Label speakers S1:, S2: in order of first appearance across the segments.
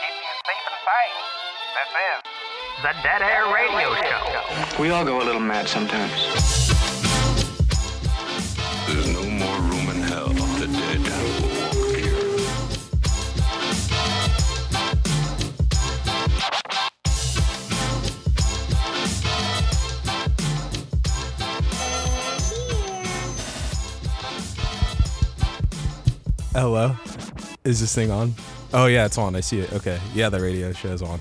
S1: and fight. This is the Dead Air Radio Show.
S2: We all go a little mad sometimes.
S3: There's no more room in hell. The dead will walk here.
S4: Hello? Is this thing on? Oh yeah, it's on. I see it. Okay. Yeah, the radio show's on.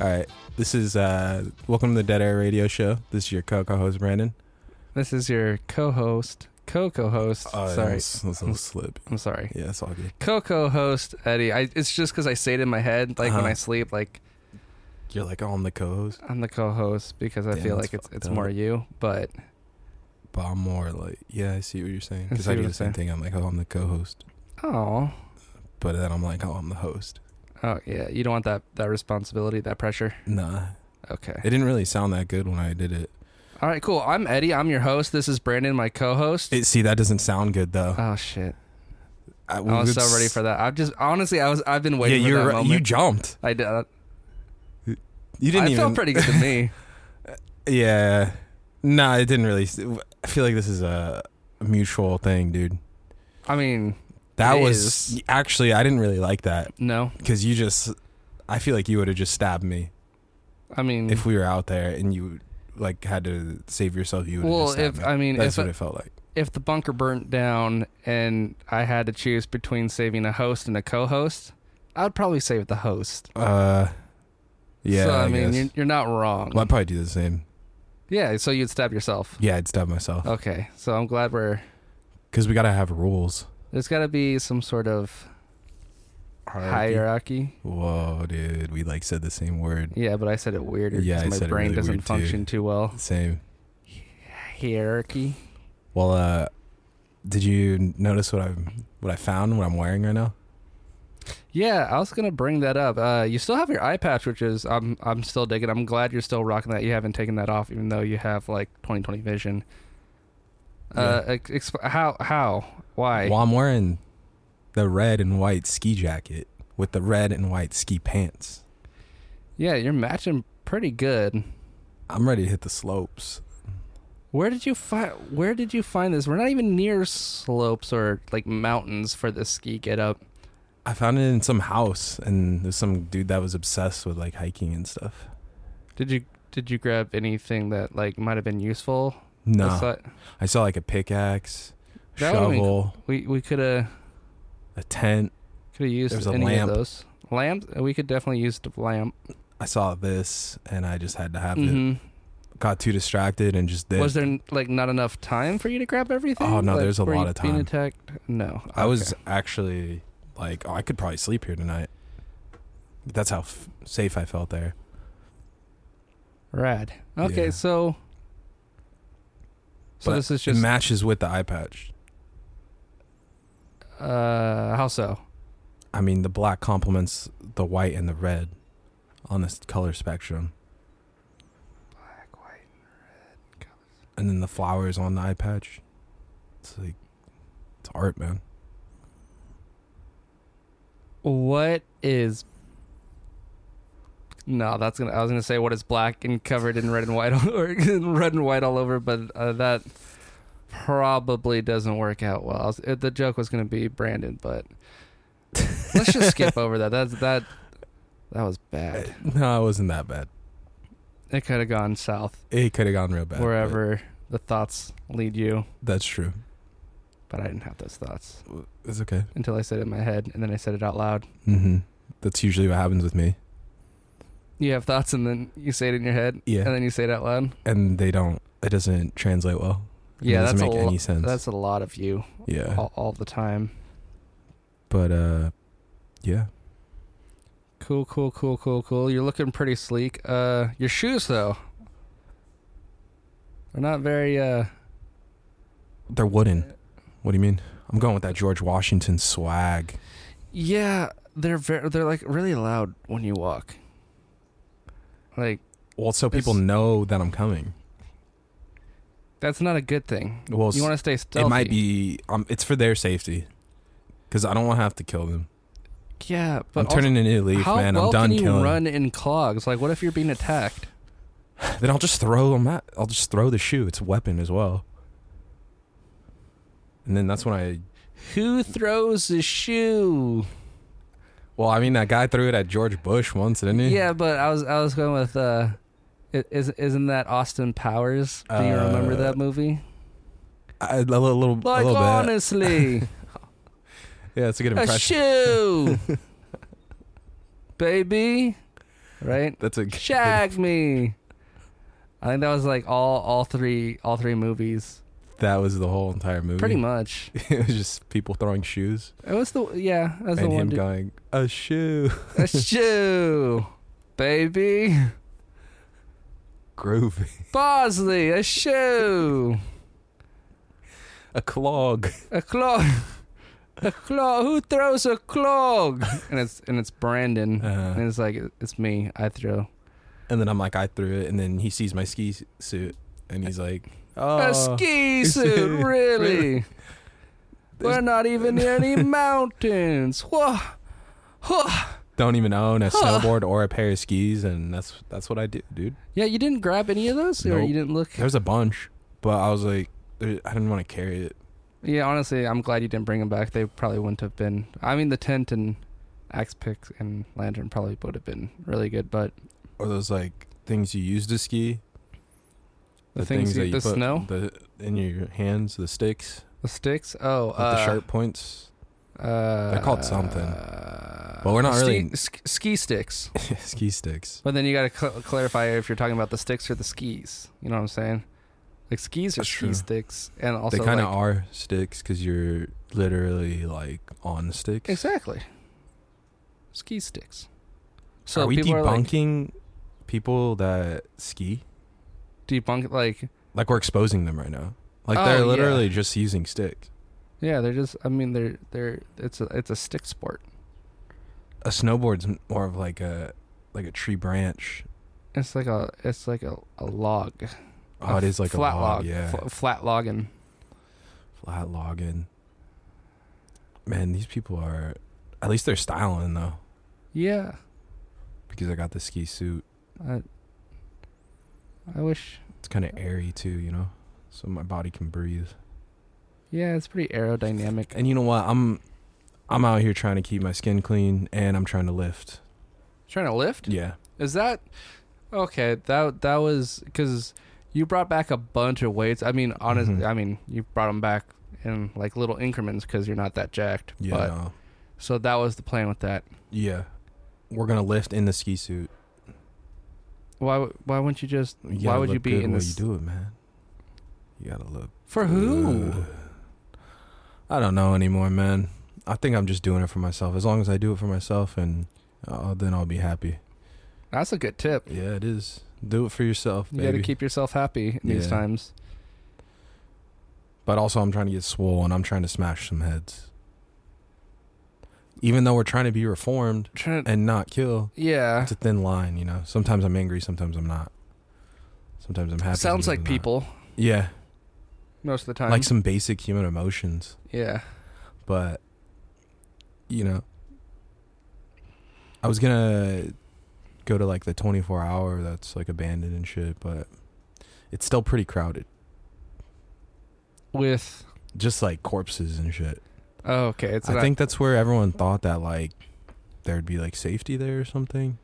S4: All right. This is uh welcome to the Dead Air Radio Show. This is your co-host Brandon.
S5: This is your co-host, co-co-host. sorry,
S4: That's a little slip.
S5: I'm sorry.
S4: Oh, Yeah, it's all good.
S5: Co-co-host Eddie. I, it's just because I say it in my head, like when
S4: Uh-huh.
S5: I sleep, like
S4: You're like, oh, I'm the co-host,
S5: I'm the co-host because I
S4: Damn,
S5: feel
S4: that's
S5: like it's
S4: fucked
S5: it's
S4: up.
S5: more you. But
S4: but I'm more like, yeah, I see what you're saying.
S5: I
S4: Because
S5: see
S4: I,
S5: what
S4: do
S5: you're
S4: the same
S5: saying.
S4: thing. I'm like, oh, I'm the co-host,
S5: oh,
S4: but then I'm like, oh, I'm the host.
S5: oh yeah, you don't want that that responsibility, that pressure.
S4: Nah,
S5: Okay.
S4: it didn't really sound that good when I did it.
S5: All right, cool. I'm Eddie. I'm your host. This is Brandon, my co-host.
S4: It see that doesn't sound good though.
S5: oh shit,
S4: I,
S5: I was so ready for that. I've just honestly, I was I've been waiting
S4: yeah,
S5: for
S4: you're
S5: that
S4: right.
S5: moment.
S4: you jumped.
S5: I did.
S4: You didn't
S5: I
S4: even
S5: felt pretty good to me.
S4: Yeah. Nah, it didn't really. I feel like this is a mutual thing, dude.
S5: I mean,
S4: That
S5: It
S4: was
S5: is.
S4: actually I didn't really like that
S5: no.
S4: because you just. I feel like you would have just stabbed me
S5: I mean,
S4: if we were out there and you like had to save yourself. You would have
S5: Well,
S4: just stabbed
S5: if-
S4: me.
S5: I mean,
S4: that's
S5: if-
S4: what it felt like.
S5: if the bunker burnt down and I had to choose between saving a host and a co-host, I'd probably save the host.
S4: Uh, yeah.
S5: so, I,
S4: I,
S5: mean,
S4: guess.
S5: you're, you're not wrong.
S4: Well, I'd probably do the same.
S5: Yeah, so you'd stab yourself.
S4: Yeah, I'd stab myself
S5: Okay, so I'm glad we're
S4: because we gotta have rules.
S5: there's got to be some sort of hierarchy.
S4: Whoa, dude, we like said the same word.
S5: Yeah, but I said it weirder. 'cause
S4: Yeah, I
S5: my
S4: said it
S5: brain
S4: really
S5: doesn't
S4: weird, too.
S5: function too well.
S4: Same.
S5: Hierarchy.
S4: Well, uh, did you notice what I what I found? What I'm wearing right now?
S5: Yeah, I was gonna bring that up. Uh, you still have your eye patch, which is I'm I'm still digging. I'm glad you're still rocking that. You haven't taken that off, even though you have like 20/20 vision. Uh, ex- exp- how how why?
S4: Well, I'm wearing the red and white ski jacket with the red and white ski pants.
S5: Yeah, you're matching pretty good.
S4: I'm ready to hit the slopes.
S5: Where did you find Where did you find this? We're not even near slopes or like mountains for this ski get up.
S4: I found it in some house, and there's some dude that was obsessed with like hiking and stuff.
S5: Did you did you grab anything that like might have been useful?
S4: No,
S5: Besi-
S4: I saw like a pickaxe,
S5: That would've been
S4: shovel,
S5: we we could have.
S4: a tent.
S5: Could have used
S4: There's a
S5: any
S4: lamp.
S5: of those. Lamp. We could definitely use the lamp.
S4: I saw this, and I just had to have it.
S5: hmm
S4: Got too distracted and just did.
S5: Was there like not enough time for you to grab everything?
S4: Oh, no,
S5: Like,
S4: there's a
S5: were you
S4: lot of
S5: Being
S4: time.
S5: attacked? No,
S4: I was
S5: Okay.
S4: actually like, oh, I could probably sleep here tonight. That's how f- safe I felt there.
S5: rad. Okay,
S4: Yeah.
S5: so so
S4: But
S5: this is just
S4: it matches with the eye patch.
S5: uh how so?
S4: I mean, the black complements the white and the red on this color spectrum.
S5: Black, white.
S4: And then the flowers on the eye patch. It's like, it's art, man.
S5: What is? No, that's gonna. I was gonna say what is black and covered in red and white all- or in red and white all over, but uh, that probably doesn't work out well. I was- uh, the joke was gonna be Brandon, but let's just skip over that. That's that. That was bad.
S4: No, it wasn't that bad.
S5: it could have gone south
S4: It could have gone real bad. but
S5: wherever the thoughts lead you
S4: That's true.
S5: but i didn't have those thoughts
S4: It's okay.
S5: until i said it in my head and then i said it out loud
S4: hmm That's usually what happens with me.
S5: you have thoughts and then you say it in your head
S4: Yeah.
S5: and then you say it out loud
S4: And they don't, it doesn't translate well. It
S5: yeah
S4: doesn't
S5: that's
S4: make
S5: a lo-
S4: any sense.
S5: that's a lot of you
S4: yeah.
S5: all, all the time
S4: But, uh, yeah.
S5: cool cool cool cool cool you're looking pretty sleek uh your shoes though they're not very uh
S4: They're wooden. What do you mean? I'm going with that George Washington swag.
S5: yeah they're very they're like really loud when you walk like
S4: Well, so people
S5: It's-
S4: know that I'm coming.
S5: that's not a good thing
S4: Well, s-
S5: you want to stay stealthy
S4: It might be. Um, it's for their safety, because I don't want to have to kill them.
S5: Fuck yeah! But
S4: I'm
S5: also,
S4: turning into a leaf,
S5: how
S4: man.
S5: well
S4: I'm done
S5: can you
S4: killing.
S5: run in clogs? Like, what if you're being attacked?
S4: Then I'll just throw them at. I'll just throw the shoe. It's a weapon as well. And then that's when I.
S5: Who throws a shoe?
S4: Well, I mean, that guy threw it at George Bush once, didn't he?
S5: Yeah, but I was I was going with uh, i- is isn't that Austin Powers? Do you remember
S4: Uh,
S5: that movie?
S4: I, a little, a little,
S5: Like
S4: a little bit.
S5: honestly,
S4: Yeah, that's a good
S5: a
S4: impression.
S5: shoe, baby, right?
S4: That's a good-
S5: Shag me. I think that was like all all three all three movies,
S4: That was the whole entire movie.
S5: pretty much.
S4: it was just people throwing shoes
S5: It was the yeah, that was the
S4: and
S5: one.
S4: him
S5: dude.
S4: going a shoe.
S5: a shoe, baby,
S4: Groovy.
S5: Bosley, a shoe,
S4: A clog.
S5: a clog, a clog. Who throws a clog? And it's and it's Brandon,
S4: Uh-huh.
S5: and it's like it's me. I throw
S4: And then I'm like, I threw it. And then he sees my ski s- suit and he's like, Oh,
S5: a ski suit. Really,
S4: Really?
S5: we're not even near any mountains. Whoa. Whoa.
S4: don't even own a snowboard or a pair of skis. And that's that's what I did, dude.
S5: Yeah, you didn't grab any of those, or
S4: Nope.
S5: you didn't look.
S4: There's a bunch, but I was like, there- I didn't want to carry it.
S5: Yeah, honestly, I'm glad you didn't bring them back. They probably wouldn't have been. I mean, the tent and axe pick and lantern probably would have been really good, but
S4: Or those like things you use to ski.
S5: the, things, you, the
S4: put
S5: snow,
S4: the, in your hands, the sticks
S5: the sticks. Oh,
S4: with
S5: uh,
S4: the sharp points.
S5: Uh,
S4: They're called something.
S5: uh,
S4: But we're not
S5: ski,
S4: really-
S5: sk- ski sticks.
S4: ski sticks.
S5: but then you got to cl- clarify if you're talking about the sticks or the skis. You know what I'm saying? Like skis are
S4: That's
S5: ski
S4: true.
S5: sticks, and also
S4: they kind of
S5: like-
S4: are sticks because you're literally like on sticks.
S5: exactly ski sticks. So
S4: are we
S5: people are like
S4: debunking people that ski?
S5: debunk like
S4: Like we're exposing them right now. Like
S5: Oh,
S4: they're
S5: yeah.
S4: literally just using sticks.
S5: Yeah, they're just. I mean, they're they're. It's a it's a stick sport.
S4: A snowboard's m- more of like a like a tree branch.
S5: It's like a it's like a, a log.
S4: Oh,
S5: A
S4: it is like
S5: flat
S4: a log,
S5: log.
S4: yeah,
S5: Fl- flat logging.
S4: flat logging. Man, these people are. At least they're styling though,
S5: Yeah.
S4: because I got the ski suit.
S5: I, I wish.
S4: It's kind of airy too, you know, so my body can breathe.
S5: Yeah, it's pretty aerodynamic.
S4: And you know what? I'm I'm out here trying to keep my skin clean and I'm trying to lift.
S5: Trying to lift?
S4: Yeah.
S5: Is that okay? That that was because you brought back a bunch of weights. I mean, honestly,
S4: Mhm.
S5: I mean, you brought them back in like little increments because you're not that jacked.
S4: Yeah.
S5: But,
S4: no.
S5: so that was the plan with that.
S4: Yeah. We're going to lift in the ski suit.
S5: Why w- why wouldn't you just?
S4: You
S5: why
S4: gotta
S5: would you
S4: look
S5: be
S4: good
S5: in
S4: while
S5: this?
S4: you do it, man? You got to look.
S5: For who?
S4: good. I don't know anymore, man. I think I'm just doing it for myself. As long as I do it for myself and uh, then I'll be happy.
S5: That's a good tip.
S4: Yeah, it is. Do it for yourself,
S5: You
S4: baby.
S5: got to keep yourself happy in these
S4: Yeah.
S5: times.
S4: But also, I'm trying to get swole and I'm trying to smash some heads. Even though we're trying to be reformed
S5: Trying
S4: and not kill,
S5: yeah.
S4: it's a thin line, you know. Sometimes I'm angry, sometimes I'm not. Sometimes I'm happy.
S5: Sounds
S4: sometimes
S5: like
S4: I'm not.
S5: people
S4: Yeah,
S5: most of the time.
S4: like some basic human emotions,
S5: yeah.
S4: but you know, I was gonna go to like the 24 hour that's like abandoned and shit, but it's still pretty crowded.
S5: With
S4: Just like corpses and shit.
S5: oh, okay, it's
S4: I
S5: not-
S4: think that's where everyone thought that like there'd be like safety there or something,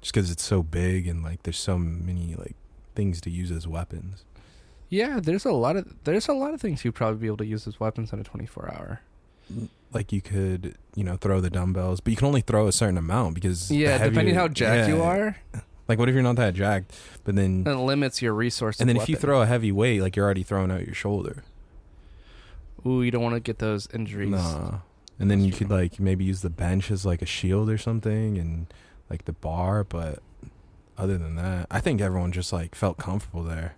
S4: just because it's so big and like there's so many like things to use as weapons.
S5: yeah. There's a lot of there's a lot of things you'd probably be able to use as weapons in a 24 hour.
S4: like you could you know throw the dumbbells but you can only throw a certain amount because the
S5: Yeah,
S4: heavier-
S5: depending how jacked you
S4: yeah.
S5: are,
S4: like what if you're not that jacked but then
S5: it limits your resources.
S4: and then if you throw a heavy weight like you're already throwing out your shoulder
S5: ooh, you don't want to get those injuries.
S4: nah. and then
S5: That's
S4: you could
S5: true.
S4: like maybe use the bench as like a shield or something and like the bar but other than that i think everyone just like felt comfortable there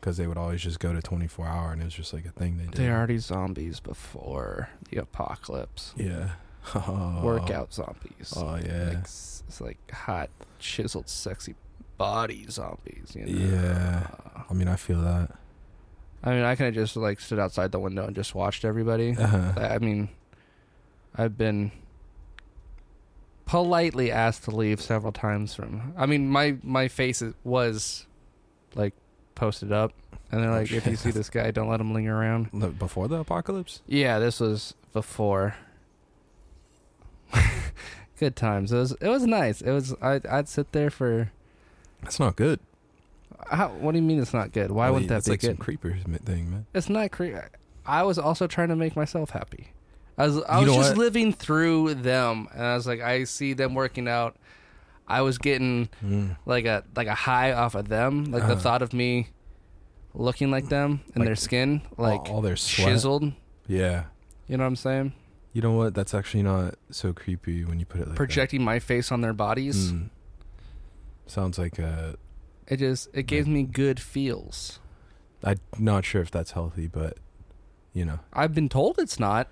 S4: because they would always just go to 24 hour and it was just like a thing they did
S5: They're already zombies before the apocalypse.
S4: yeah oh.
S5: Workout zombies.
S4: oh yeah
S5: Like, s- it's like hot, chiseled, sexy body zombies. You know?
S4: Yeah. i mean i feel that
S5: I mean, I kind of just like stood outside the window and just watched everybody.
S4: uh-huh.
S5: I I mean, I've been politely asked to leave several times from. I mean, my my face is- was like posted up, and they're like, if you see this guy, don't let him linger around.
S4: Look, Before the apocalypse?
S5: Yeah, this was before. Good times. It was it was nice. It was I I'd sit there for.
S4: That's not good.
S5: How, what do you mean it's not good? Why wouldn't that
S4: That's
S5: be
S4: like
S5: good?
S4: some creepers mi- thing, man.
S5: It's not crazy. I was also trying to make myself happy. I was, I
S4: You
S5: was
S4: know
S5: just
S4: what?
S5: living through them, and I was like, I see them working out. I was getting
S4: Mm.
S5: like a like a high off of them, like the
S4: Uh-huh.
S5: thought of me looking like them and
S4: Like,
S5: their skin, like
S4: all their sweat.
S5: chiseled.
S4: Yeah.
S5: You know what I'm saying?
S4: You know what? That's actually not so creepy when you put it like
S5: Projecting my face on their
S4: that.
S5: bodies,
S4: Mm. Sounds like a.
S5: it just
S4: Hmm.
S5: it gave me good feels.
S4: I'm not sure if that's healthy, but you know,
S5: I've been told it's not.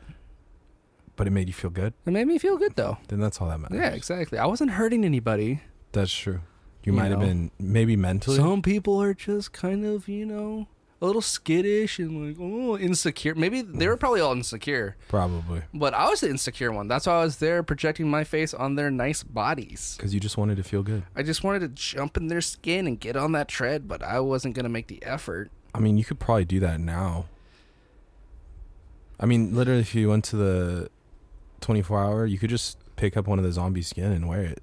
S4: but it made you feel good.
S5: It made me feel good though.
S4: Then that's all that matters.
S5: Yeah, exactly. I wasn't hurting anybody.
S4: That's true. You,
S5: You
S4: might have
S5: know.
S4: been maybe mentally.
S5: Some people are just kind of, you know, a little skittish and like, oh, insecure. Maybe they were probably all insecure,
S4: Probably.
S5: but I was the insecure one. That's why I was there projecting my face on their nice bodies.
S4: Because you just wanted to feel good.
S5: I just wanted to jump in their skin and get on that tread, but I wasn't going to make the effort.
S4: I mean, you could probably do that now. I mean, literally, if you went to the 24 hour, you could just pick up one of the zombie skin and wear it.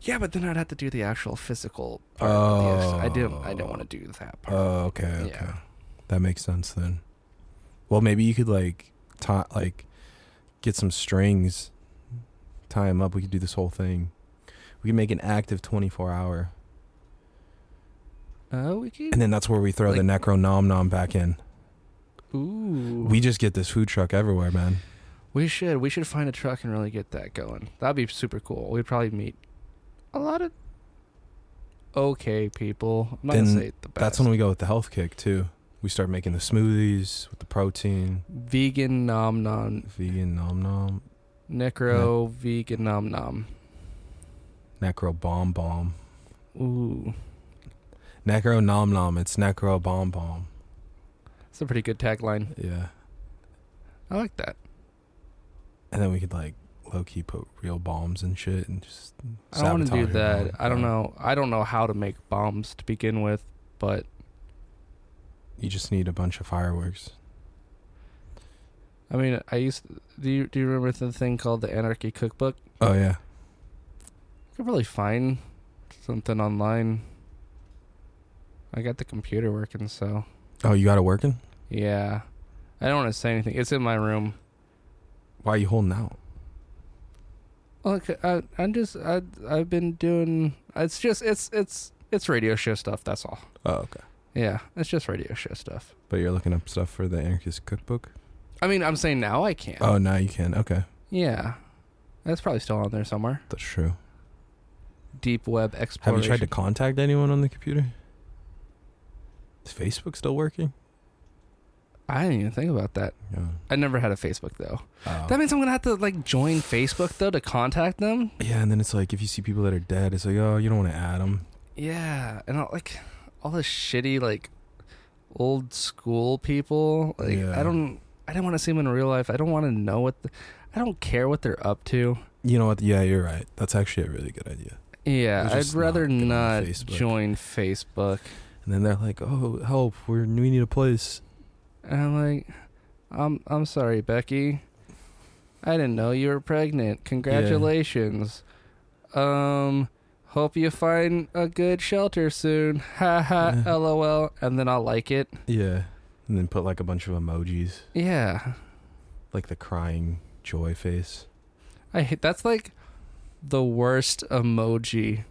S5: Yeah, but then I'd have to do the actual physical part. of the exercise. I didn't. I didn't want to do that part.
S4: Oh, okay, okay.
S5: Yeah.
S4: That makes sense then. Well, maybe you could like tie, like get some strings, tie them up. We could do this whole thing. We could make an active 24 hour,
S5: Oh, we can.
S4: and then that's where we throw the necro nom nom back in.
S5: Ooh,
S4: We just get this food truck everywhere, man.
S5: We should. We should find a truck and really get that going. That'd be super cool. We'd probably meet a lot of okay people. I'm not
S4: Then
S5: gonna say the best.
S4: That's when we go with the health kick too. We start making the smoothies with the protein,
S5: vegan nom nom
S4: vegan nom nom,
S5: necro vegan nom nom.
S4: necro bomb bomb,
S5: Ooh,
S4: necro nom nom. It's necro bomb bomb.
S5: that's a pretty good tagline.
S4: Yeah,
S5: I like that.
S4: and then we could like low key put real bombs and shit and just.
S5: I don't want to do
S4: sabotage it.
S5: that. I don't know. I don't know how to make bombs to begin with, but
S4: You just need a bunch of fireworks.
S5: I mean, I used. do you do you remember the thing called the Anarchy Cookbook?
S4: Oh yeah,
S5: I could probably find something online. I got the computer working, so
S4: oh you got it working.
S5: yeah. I don't want to say anything. It's in my room.
S4: Why are you holding out?
S5: Look, I, I'm just I I've been doing. It's just it's it's it's radio show stuff. That's all.
S4: Oh okay.
S5: Yeah, it's just radio show stuff.
S4: But you're looking up stuff for the anarchist cookbook.
S5: I mean, I'm saying now I can.
S4: Oh now you can. Okay,
S5: yeah, that's probably still on there somewhere.
S4: that's true.
S5: Deep web
S4: Have
S5: exploration.
S4: you tried to contact anyone on the computer? Is Facebook still working?
S5: I didn't even think about that.
S4: Yeah.
S5: I never had a Facebook though.
S4: Oh.
S5: That means I'm gonna have to like join Facebook though to contact them.
S4: Yeah, and then it's like if you see people that are dead, it's like, oh, you don't want to add them.
S5: Yeah, and all, like all the shitty like old school people. Like
S4: Yeah.
S5: I don't, I don't want to see them in real life. I don't want to know what, the, I don't care what they're up to.
S4: You know what? Yeah, you're right. That's actually a really good idea.
S5: Yeah,
S4: They're
S5: I'd
S4: just not
S5: rather
S4: good on
S5: not,
S4: Facebook.
S5: join Facebook.
S4: And then they're like, oh, help, we're, we need a place.
S5: And I'm like, I'm I'm sorry, Becky. I didn't know you were pregnant. Congratulations. Um, hope you find a good shelter soon. Ha ha.
S4: Yeah.
S5: LOL. And then I'll like it.
S4: Yeah. And then put like a bunch of emojis,
S5: Yeah.
S4: like the crying joy face.
S5: I hate that's like the worst emoji.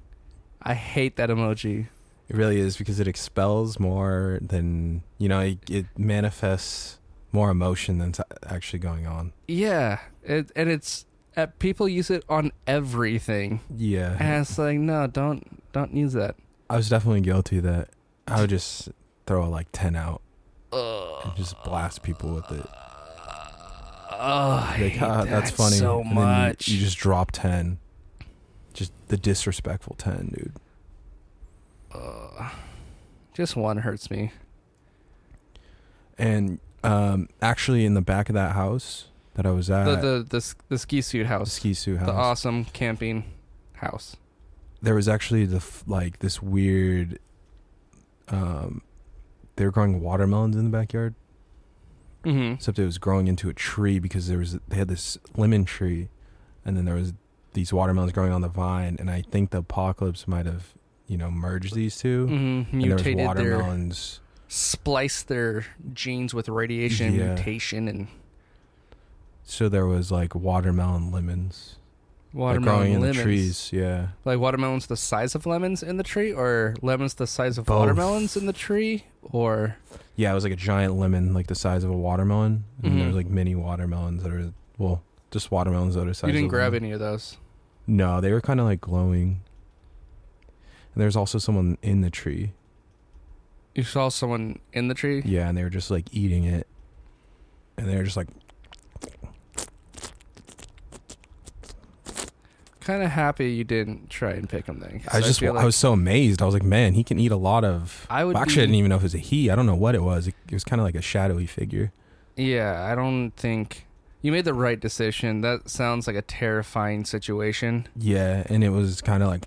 S5: I hate that emoji.
S4: It really is because it expels more than, you know, it, it manifests more emotion than's actually going on.
S5: Yeah, it, and it's uh, people use it on everything, and
S4: Yeah.
S5: it's like no, don't don't use that.
S4: I was definitely guilty of that. I would just throw like 10 out
S5: Ugh.
S4: and just blast people with it.
S5: Ugh, I
S4: Like,
S5: hate
S4: ah, that's
S5: that
S4: funny.
S5: so
S4: And then you-
S5: much.
S4: You, just drop 10. Just the disrespectful 10, dude.
S5: Just one hurts me.
S4: And um, actually, in the back of that house, that I was at.
S5: the, the the s- the ski suit house,
S4: ski suit house.
S5: the awesome camping house.
S4: there was actually the f- like this weird. Um, they were growing watermelons in the backyard,
S5: hmm
S4: except it was growing into a tree because there was they had this lemon tree, and then there was these watermelons growing on the vine, and I think the apocalypse might have you know merged these 2
S5: hmm
S4: And there was
S5: Mutated their
S4: watermelons.
S5: spliced their genes with radiation and
S4: Yeah.
S5: mutation and
S4: So there was like watermelon lemons, like
S5: watermelon
S4: growing in
S5: lemons.
S4: the trees. Yeah,
S5: Like watermelons the size of lemons in the tree, or lemons the size of
S4: Both.
S5: watermelons in the tree, or
S4: yeah. It was like a giant lemon, like the size of a watermelon, and
S5: Mhm.
S4: there was like mini watermelons that are well, just watermelons that are the size.
S5: you didn't
S4: of
S5: grab
S4: lemon.
S5: any of those.
S4: No, they were kind of like glowing. And there's also someone in the tree.
S5: You saw someone in the tree.
S4: Yeah, and they were just like eating it. And they were just like,
S5: Kind of happy you didn't try and pick them then. 'cause
S4: I was just,
S5: feel
S4: I
S5: like-
S4: was so amazed. I was like, man, he can eat a lot of.
S5: I would
S4: Well, actually, I
S5: be-
S4: didn't even know if it was a he. I don't know what it was. It, it was kind of like a shadowy figure.
S5: Yeah, I don't think you made the right decision. That sounds like a terrifying situation.
S4: Yeah, and it was kind of like,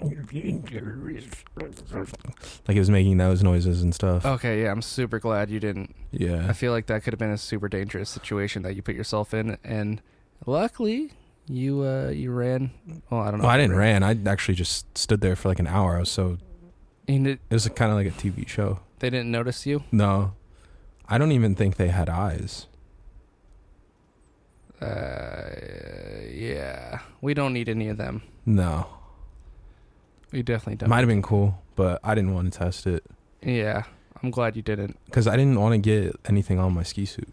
S4: like it was making those noises and stuff.
S5: Okay, yeah, I'm super glad you didn't. I
S4: Yeah,
S5: feel like that could have been a super dangerous situation that you put yourself in, and luckily you uh you ran. Well, I don't know.
S4: well, I
S5: if you
S4: didn't ran. I actually just stood there for like an hour. I was so
S5: And it,
S4: it was kind of like a TV show.
S5: they didn't notice you.
S4: No. I don't even think they had eyes.
S5: Uh, yeah, we don't need any of them.
S4: No.
S5: We definitely
S4: It
S5: don't.
S4: might have been cool, but I didn't want to test it
S5: yeah, I'm glad you didn't.
S4: because I didn't want to get anything on my ski suit.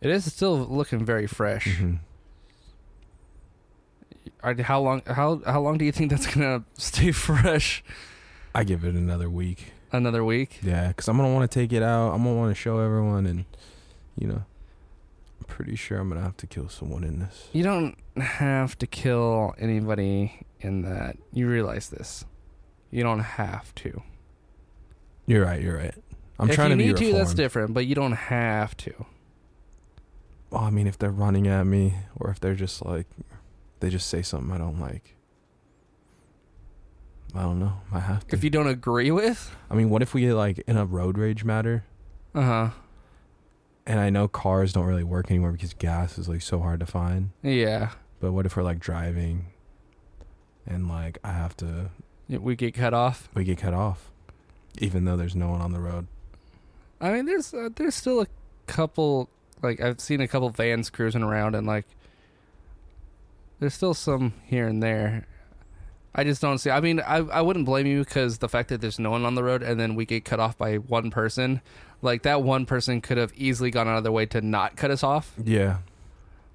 S5: It is still looking very fresh.
S4: Mhm.
S5: All right, How long? How how long do you think that's gonna stay fresh?
S4: I give it another week.
S5: Another week?
S4: Yeah, because I'm going to want to take it out. I'm going to want to show everyone. And, you know, I'm pretty sure I'm going to have to kill someone in this.
S5: You don't have to kill anybody in that. You realize this. You don't have to.
S4: You're right. You're right. I'm
S5: if
S4: trying
S5: you
S4: to be
S5: need to, that's
S4: reformed.
S5: different, but you don't have to.
S4: Well, I mean, if they're running at me or if they're just like, they just say something I don't like. I don't know. I have to.
S5: If you don't agree with,
S4: I mean, what if we get like in a road rage matter?
S5: uh huh.
S4: And I know cars don't really work anymore because gas is like so hard to find.
S5: Yeah.
S4: But what if we're like driving and like I have to,
S5: We get cut off.
S4: we get cut off even though there's no one on the road?
S5: I mean, there's uh, there's still a couple. Like I've seen a couple vans cruising around, and like there's still some here and there. I just don't see. I mean, I I wouldn't blame you because the fact that there's no one on the road, and then we get cut off by one person, like that one person could have easily gone out of their way to not cut us off.
S4: Yeah.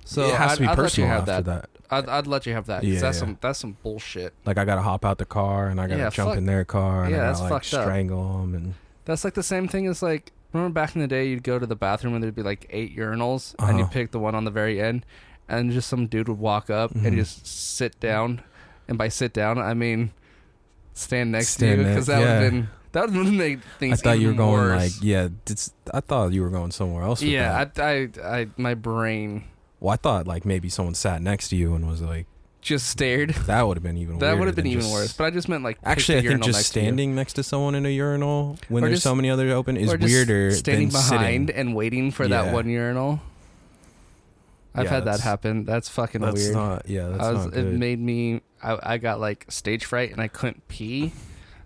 S5: So
S4: it has
S5: I'd,
S4: to be
S5: I'd let you
S4: personal
S5: have
S4: after that.
S5: that. I'd, I'd let you have that. 'cause
S4: Yeah,
S5: that's
S4: yeah.
S5: some that's some bullshit.
S4: Like I got to hop out the car and I got to
S5: Yeah,
S4: jump
S5: fuck-
S4: in their car and
S5: yeah,
S4: I got
S5: that's
S4: to like
S5: fucked up.
S4: strangle them and
S5: That's like the same thing as like remember back in the day you'd go to the bathroom and there'd be like eight urinals and you
S4: Uh-huh.
S5: pick the one on the very end and just some dude would walk up and
S4: Mhm.
S5: just sit down and by sit down I mean stand next
S4: Stand
S5: to you
S4: ne-
S5: because that would
S4: yeah.
S5: have been that would have made
S4: I
S5: things.
S4: thought you were
S5: even
S4: going
S5: worse.
S4: like, yeah, it's, I thought you were going somewhere else. With
S5: yeah.
S4: That.
S5: I, I I my brain
S4: well, I thought like maybe someone sat next to you and was like,
S5: just stared.
S4: that would have been even
S5: That
S4: weirder
S5: would have been
S4: than
S5: even
S4: just-
S5: worse. But I just meant like pick
S4: Actually,
S5: the
S4: I think
S5: urinal
S4: just
S5: next to you.
S4: standing next to someone in a urinal when
S5: Or
S4: there's
S5: just-
S4: so many others open is
S5: Or just
S4: weirder
S5: standing
S4: than
S5: behind
S4: sitting.
S5: and waiting for that
S4: Yeah.
S5: one urinal. I've
S4: Yeah,
S5: had that
S4: that's-
S5: happen. That's fucking
S4: That's
S5: weird.
S4: not. Yeah, that's
S5: I was,
S4: not
S5: it
S4: good.
S5: made me. I, I got like stage fright and I couldn't pee.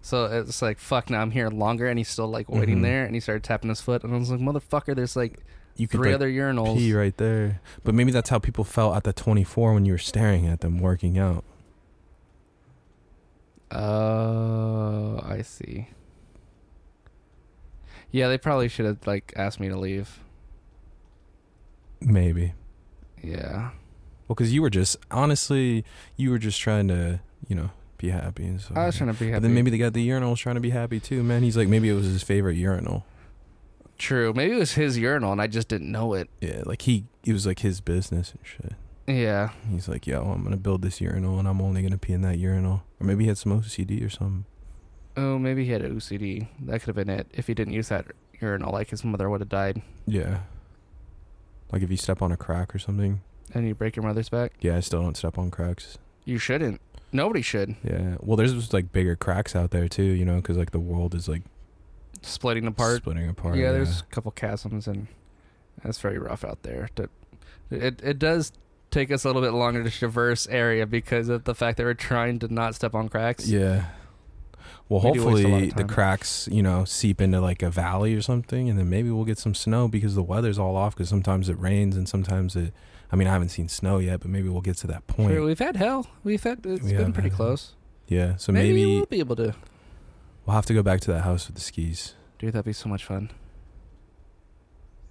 S5: So it's like fuck. Now I'm here longer, and he's still like waiting
S4: Mhm.
S5: there, and he started tapping his foot, and I was like, motherfucker, there's like
S4: you could
S5: three
S4: like,
S5: other urinals.
S4: pee right there, but maybe that's how people felt at the 24 when you were staring at them working out.
S5: Oh, I see. Yeah, they probably should have like asked me to leave.
S4: Maybe
S5: Yeah.
S4: well, because you were just honestly, you were just trying to, you know, be happy and so.
S5: I was trying to be happy.
S4: But then maybe they got the urinal was trying to be happy too, man. He's like, maybe it was his favorite urinal.
S5: True. Maybe it was his urinal, and I just didn't know it.
S4: Yeah, like he, it was like his business and shit.
S5: Yeah.
S4: He's like, yo, I'm gonna build this urinal and I'm only gonna pee in that urinal. Or maybe he had some OCD or something.
S5: Oh, maybe he had OCD. That could have been it. If he didn't use that urinal, like his mother would have died.
S4: Yeah. Like if you step on a crack or something.
S5: and you break your mother's back.
S4: Yeah, I still don't step on cracks.
S5: You shouldn't. Nobody should.
S4: Yeah. Well, there's just like bigger cracks out there too, you know, because like the world is like
S5: Splitting apart.
S4: splitting apart.
S5: yeah, there's a couple chasms, and that's very rough out there. To- It it does take us a little bit longer to traverse area because of the fact that we're trying to not step on cracks.
S4: Yeah. Well,
S5: We do waste a lot of
S4: hopefully the
S5: time.
S4: cracks, you know, seep into like a valley or something, and then maybe we'll get some snow because the weather's all off. Because sometimes it rains and sometimes it. I mean, I haven't seen snow yet, but maybe we'll get to that point.
S5: Sure, we've had hell. We've had it's
S4: We
S5: been
S4: have
S5: pretty
S4: had
S5: close.
S4: yeah. So
S5: Maybe,
S4: maybe
S5: we'll be able to.
S4: we'll have to go back to that house with the skis.
S5: Dude, that'd be so much fun.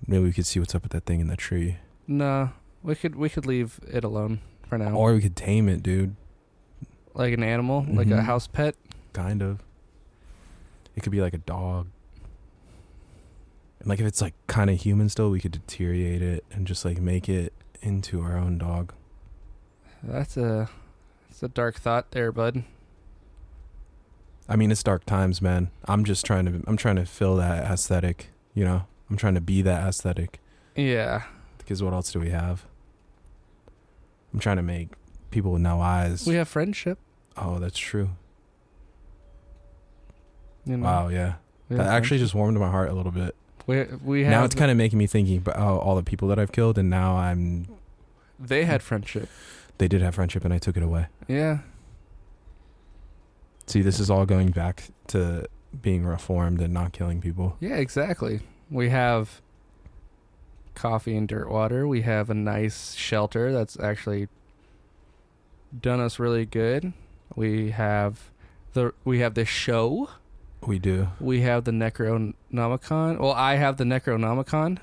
S4: Maybe we could see what's up with that thing in the tree,
S5: No, we could we could leave it alone for now.
S4: or we could tame it, dude.
S5: like an animal, like a
S4: Mhm.
S5: house pet.
S4: Kind of. It could be like a dog. And like if it's like kind of human still, we could deteriorate it and just like make it into our own dog.
S5: That's a that's a dark thought there, bud.
S4: I mean, it's dark times, man. I'm just trying to I'm trying to fill that aesthetic, you know. I'm trying to be that aesthetic
S5: Yeah.
S4: because what else do we have? I'm trying to make people with no eyes.
S5: We have friendship.
S4: oh, that's true.
S5: You know.
S4: Wow, yeah.
S5: We
S4: that
S5: have
S4: actually just warmed my heart a little bit.
S5: friendship. we we have
S4: Now it's kind of making me thinking about oh, all the people that I've killed and now I'm
S5: of they had friendship.
S4: they did have friendship and I took it away.
S5: Yeah.
S4: See, this is all going back to being reformed and not killing people.
S5: Yeah, exactly. We have coffee and dirt water. We have a nice shelter that's actually done us really good. We have the we have the show.
S4: We do.
S5: We have the Necronomicon. Well, I have the Necronomicon.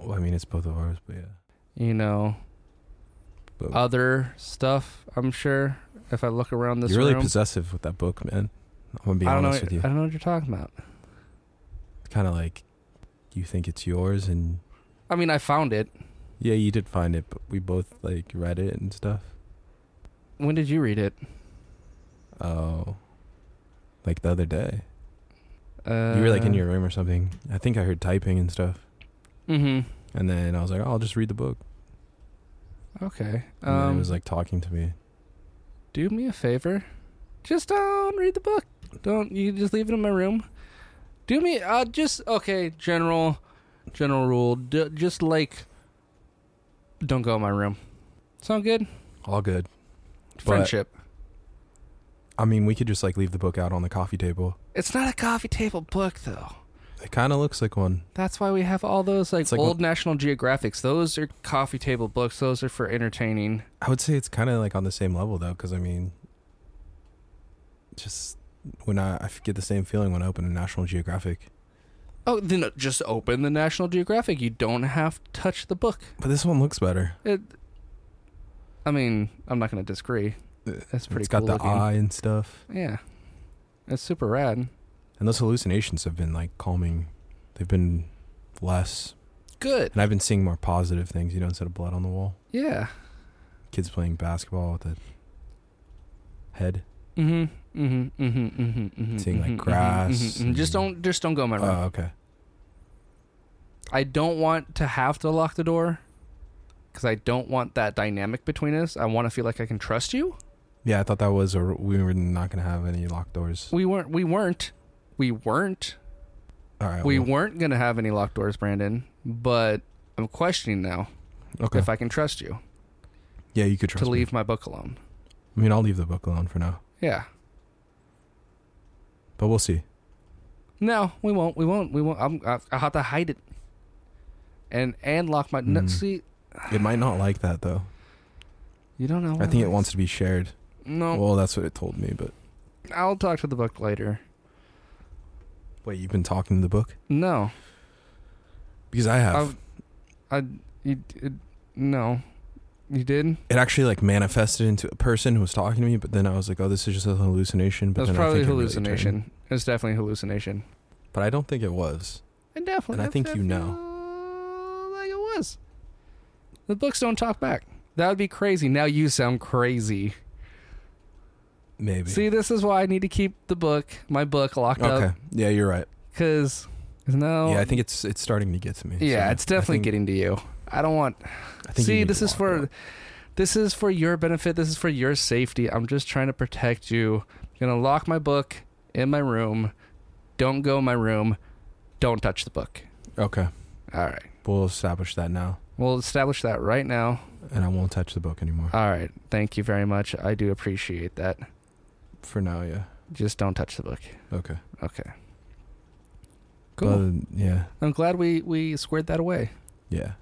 S4: Well, I mean, it's both of ours, but yeah.
S5: You know,
S4: But
S5: other stuff. I'm sure if I look around this
S4: you're really
S5: room,
S4: possessive with that book, man. I'm gonna be
S5: I don't know.
S4: honest with you.
S5: I don't know what you're talking about.
S4: kind of like you think it's yours and
S5: I mean, I found it.
S4: yeah you did find it but we both like read it and stuff
S5: When did you read it?
S4: oh like the other day
S5: Uh,
S4: you were like in your room or something i think i heard typing and stuff
S5: Mm-hmm.
S4: and then i was like oh, i'll just read the book
S5: Okay.
S4: and then
S5: Um,
S4: it was like talking to me
S5: do me a favor. Just don't read the book. Don't you can just leave it in my room? Do me uh just okay, general general rule. D- just like don't go in my room. Sound good?
S4: all good
S5: Friendship.
S4: i mean we could just like leave the book out on the coffee table
S5: It's not a coffee table book though.
S4: it kind of looks like one
S5: That's why we have all those like,
S4: It's like
S5: old National Geographics. Those are coffee table books. Those are for entertaining.
S4: i would say it's kind of like on the same level though because i mean just when I, I get the same feeling when i open a national geographic
S5: Oh, then uh, just open the National Geographic. You don't have to touch the book.
S4: but this one looks better
S5: It. I mean, I'm not going to disagree. That's
S4: Uh,
S5: pretty
S4: it's got
S5: cool
S4: the
S5: looking.
S4: eye and stuff
S5: Yeah. It's super rad.
S4: And those hallucinations have been like calming. They've been less.
S5: Good.
S4: And I've been seeing more positive things, you know, instead of blood on the wall.
S5: Yeah.
S4: Kids playing basketball with a head.
S5: Mhm. Mhm. Mhm. Mhm. mhm,
S4: Seeing, like,
S5: mhm, mhm,
S4: grass
S5: mhm, mhm. Just
S4: and-
S5: don't just don't go in my
S4: Oh,
S5: room.
S4: okay.
S5: I don't want to have to lock the door cuz I don't want that dynamic between us. I want to feel like I can trust you.
S4: Yeah, I thought that was, or we were not going to have any locked doors.
S5: We weren't we weren't we weren't
S4: All right.
S5: we
S4: well,
S5: weren't going to have any locked doors, Brandon, but I'm questioning now
S4: okay.
S5: if I can trust you
S4: yeah, you could trust
S5: to
S4: me.
S5: leave my book alone.
S4: I mean, I'll leave the book alone for now,
S5: Yeah.
S4: but we'll see.
S5: No, we won't. We won't. We won't. I'm, I, I'll have to hide it. And and lock my. No,
S4: Mm.
S5: see,
S4: It might not like that though.
S5: you don't know.
S4: I
S5: what
S4: think it
S5: likes.
S4: wants to be shared.
S5: No,
S4: Well, that's what it told me, but
S5: I'll talk to the book later.
S4: wait, you've been talking to the book?
S5: No,
S4: Because I have.
S5: I've- I. You, it, no, you did.
S4: it actually like manifested into a person who was talking to me, but then I was like, oh, this is just a hallucination. But then
S5: That's
S4: I
S5: probably a
S4: think it really
S5: hallucination.
S4: turned-
S5: it's definitely a hallucination.
S4: but I don't think it was.
S5: And definitely.
S4: And I think you know.
S5: feel Like it was. The books don't talk back. That would be crazy. Now you sound crazy.
S4: Maybe.
S5: See, uh, this is why I need to keep the book, my book, locked
S4: okay.
S5: up.
S4: Yeah, you're right.
S5: Because no.
S4: yeah, I think it's it's starting to get to me.
S5: oh, Yeah,
S4: so
S5: it's definitely
S4: I think,
S5: getting to you. I don't want.
S4: I think you
S5: See,
S4: need
S5: this
S4: to
S5: is
S4: walk
S5: for,
S4: out.
S5: this is for your benefit. This is for your safety. I'm just trying to protect you. I'm gonna lock my book in my room. Don't go in my room. Don't touch the book.
S4: Okay,
S5: All right.
S4: we'll establish that now,
S5: We'll establish that right now.
S4: and I won't touch the book anymore
S5: All right. Thank you very much. I do appreciate that.
S4: for now. Yeah.
S5: Just don't touch the book.
S4: Okay.
S5: Okay.
S4: But
S5: Cool.
S4: other than- yeah,
S5: I'm glad we we squared that away.
S4: yeah.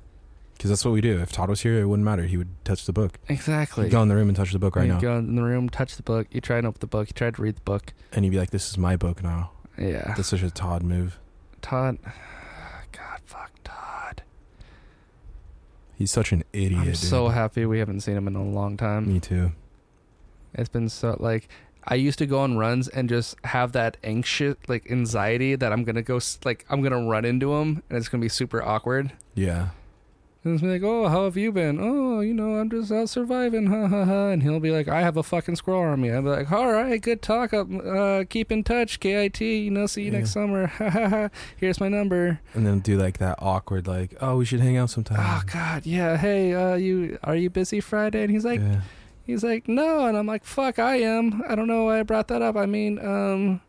S4: Because that's what we do. If Todd was here, it wouldn't matter. He would touch the book.
S5: Exactly.
S4: He'd go in the room and touch the book right
S5: you
S4: now,
S5: go in the room, touch the book. You try and open the book. You try to read the book.
S4: and he'd be like, "This is my book now."
S5: Yeah.
S4: That's such a Todd move.
S5: Todd. God, fuck Todd.
S4: He's such an idiot.
S5: I'm
S4: dude.
S5: so happy we haven't seen him in a long time.
S4: Me too.
S5: It's been so like I used to go on runs and just have that anxious like anxiety that I'm gonna go s- like I'm gonna run into him and it's gonna be super awkward.
S4: Yeah.
S5: And it's like, oh, how have you been? Oh, you know, I'm just out surviving, ha ha ha. And he'll be like, I have a fucking squirrel army. I'll be like, all right, good talk. Up, uh, keep in touch, KIT. You know, see you next
S4: Yeah.
S5: summer, ha ha ha. Here's my number.
S4: And then do like that awkward, like, "Oh, we should hang out sometime."
S5: Oh God, yeah. Hey, uh, you are you busy Friday? And he's like,
S4: yeah.
S5: he's like, no. And I'm like, fuck, I am. I don't know why I brought that up. I mean, um,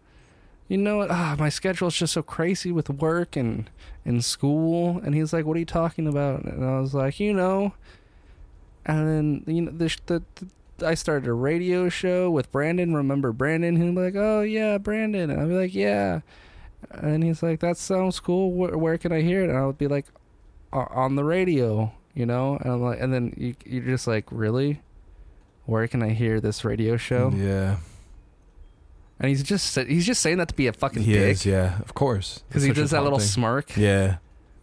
S5: you know what? Ah, my schedule's just so crazy with work and and school. And he's like, what are you talking about? And I was like, you know. And then you know the. sh- the, the I started a radio show with Brandon. Remember Brandon? He'd be like, "Oh yeah, Brandon," and I'd be like, "Yeah," and he's like, "That sounds cool. Where, where can I hear it?" And I would be like, "O- "On the radio," you know. And I'm like, and then you, you're just like, "Really? Where can I hear this radio show?"
S4: Yeah.
S5: And he's just sa- he's just saying that to be a fucking
S4: He
S5: dick
S4: is. Yeah. Of course. That's
S5: because he
S4: such a
S5: does that
S4: Todd
S5: little
S4: thing.
S5: smirk
S4: Yeah.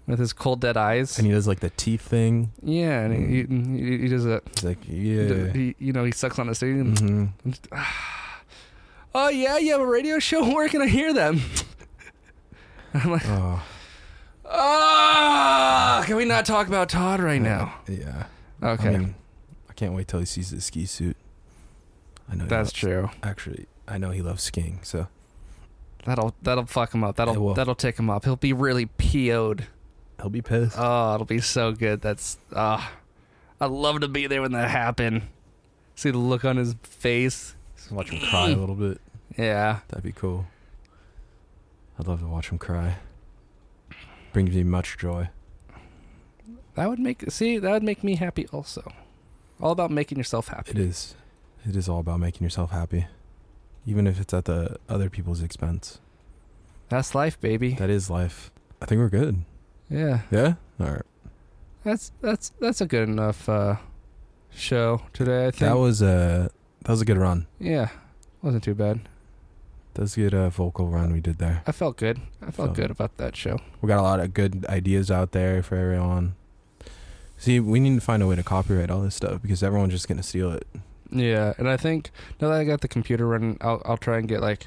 S5: with his cold dead eyes.
S4: And he does like the teeth thing.
S5: yeah, and he, he, he does that.
S4: He's like, "Yeah."
S5: He, you know, he sucks on the stadium.
S4: hmm
S5: Oh yeah, you have a radio show. Where can I hear them? I'm like,
S4: Oh.
S5: ah, can we not talk about Todd right now?
S4: Yeah.
S5: Okay,
S4: I mean, I can't wait till he sees the ski suit. I know he
S5: that's
S4: loves-
S5: true.
S4: Actually, I know he loves skiing, so
S5: That'll that'll fuck him up.
S4: It
S5: That'll
S4: will.
S5: that'll tick him up. He'll be really PO'd.
S4: he'll be pissed.
S5: Oh, it'll be so good. That's ah, I'd love to be there when that happened. See the look on his face.
S4: Just watch him cry a little bit.
S5: Yeah,
S4: That'd be cool. I'd love to watch him cry. Brings me much joy.
S5: that would make see that would make me happy also. All about making yourself happy.
S4: It is. It is all about making yourself happy, even if it's at the other people's expense.
S5: That's life, baby.
S4: That is life. I think we're good.
S5: Yeah.
S4: Yeah. All right.
S5: That's that's that's a good enough uh, show today. I think.
S4: That was a that was a good run.
S5: yeah, wasn't too bad.
S4: That was a good uh, vocal run we did there.
S5: I felt good. I felt
S4: Felt-
S5: good about that show.
S4: We got a lot of good ideas out there for everyone. See, we need to find a way to copyright all this stuff because everyone's just gonna steal it.
S5: Yeah, and I think now that I got the computer running, I'll I'll try and get like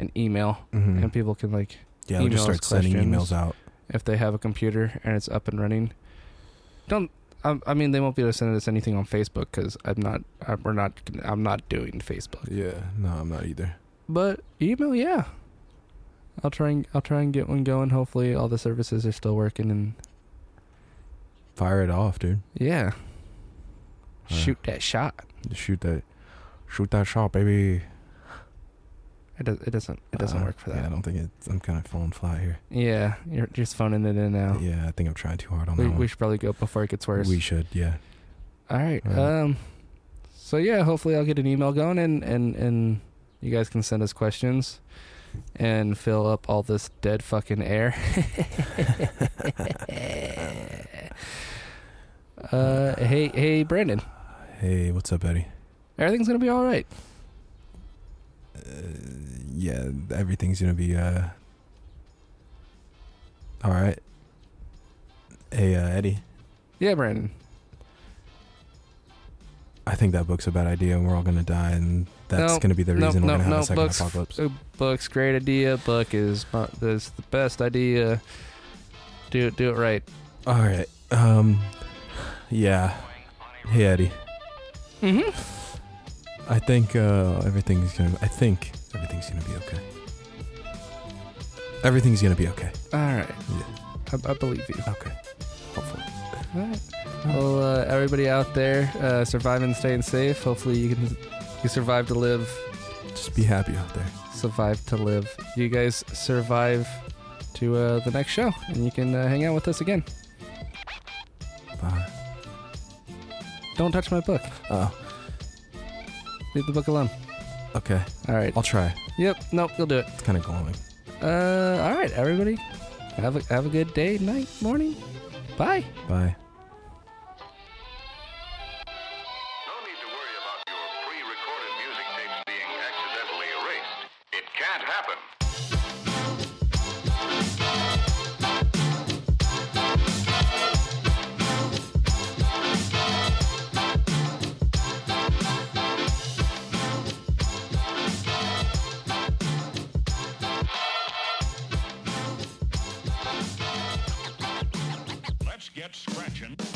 S5: an email,
S4: Mm-hmm.
S5: and people can like
S4: yeah, we just
S5: emails,
S4: start sending
S5: questions.
S4: emails out.
S5: if they have a computer and it's up and running. Don't. I, I mean, they won't be able to send us anything on Facebook because I'm not. I, we're not. I'm not doing Facebook.
S4: Yeah. No, I'm not either.
S5: But email, yeah. I'll try and I'll try and get one going. Hopefully, all the services are still working and
S4: Fire it off, dude.
S5: Yeah.
S4: Yeah.
S5: Shoot that shot.
S4: Just shoot that, shoot that shot, baby.
S5: It, does, it doesn't. It doesn't
S4: Uh,
S5: work for
S4: Yeah, I
S5: that.
S4: don't think it's. I'm kind of falling flat here.
S5: Yeah, you're just phoning it in now.
S4: Yeah, I think I'm trying too hard on
S5: we,
S4: that one.
S5: we should probably go before it gets worse.
S4: We should, yeah.
S5: All right.
S4: All right.
S5: Um. So yeah, hopefully I'll get an email going and and and you guys can send us questions and fill up all this dead fucking air. uh. Hey. Hey, Brandon.
S4: Hey, what's up, Eddie?
S5: Everything's gonna be all right.
S4: Yeah, everything's gonna be uh. All right. Hey, uh, Eddie.
S5: Yeah, Brandon.
S4: I think that book's a bad idea, and we're all gonna die, and that's
S5: Nope,
S4: gonna be the
S5: nope,
S4: reason we're
S5: nope,
S4: gonna have a
S5: nope,
S4: second
S5: books-
S4: apocalypse.
S5: Uh, Book's great idea. Book is bu- is the best idea. Do it, do it right.
S4: All right. Um. Yeah. Hey, Eddie.
S5: Mm-hmm.
S4: I think uh, everything's gonna. I think everything's gonna be okay. Everything's gonna be okay.
S5: All right.
S4: Yeah.
S5: I, I believe you.
S4: Okay. Hopefully.
S5: All right. Well, uh, everybody out there, uh, surviving, staying safe. Hopefully, you can you survive to live.
S4: Just be happy out there.
S5: Survive to live. You guys survive to uh, the next show, and you can uh, hang out with us again.
S4: Bye.
S5: Don't touch my book.
S4: Oh,
S5: Leave the book alone.
S4: okay.
S5: All right.
S4: I'll try.
S5: Yep. Nope. You'll do it.
S4: It's kind of glowing.
S5: Uh, all right, everybody. Have a have a good day, night, morning. Bye.
S4: Bye.
S3: No need to worry about your pre-recorded music tapes being accidentally erased. It can't happen. Let's get scratching.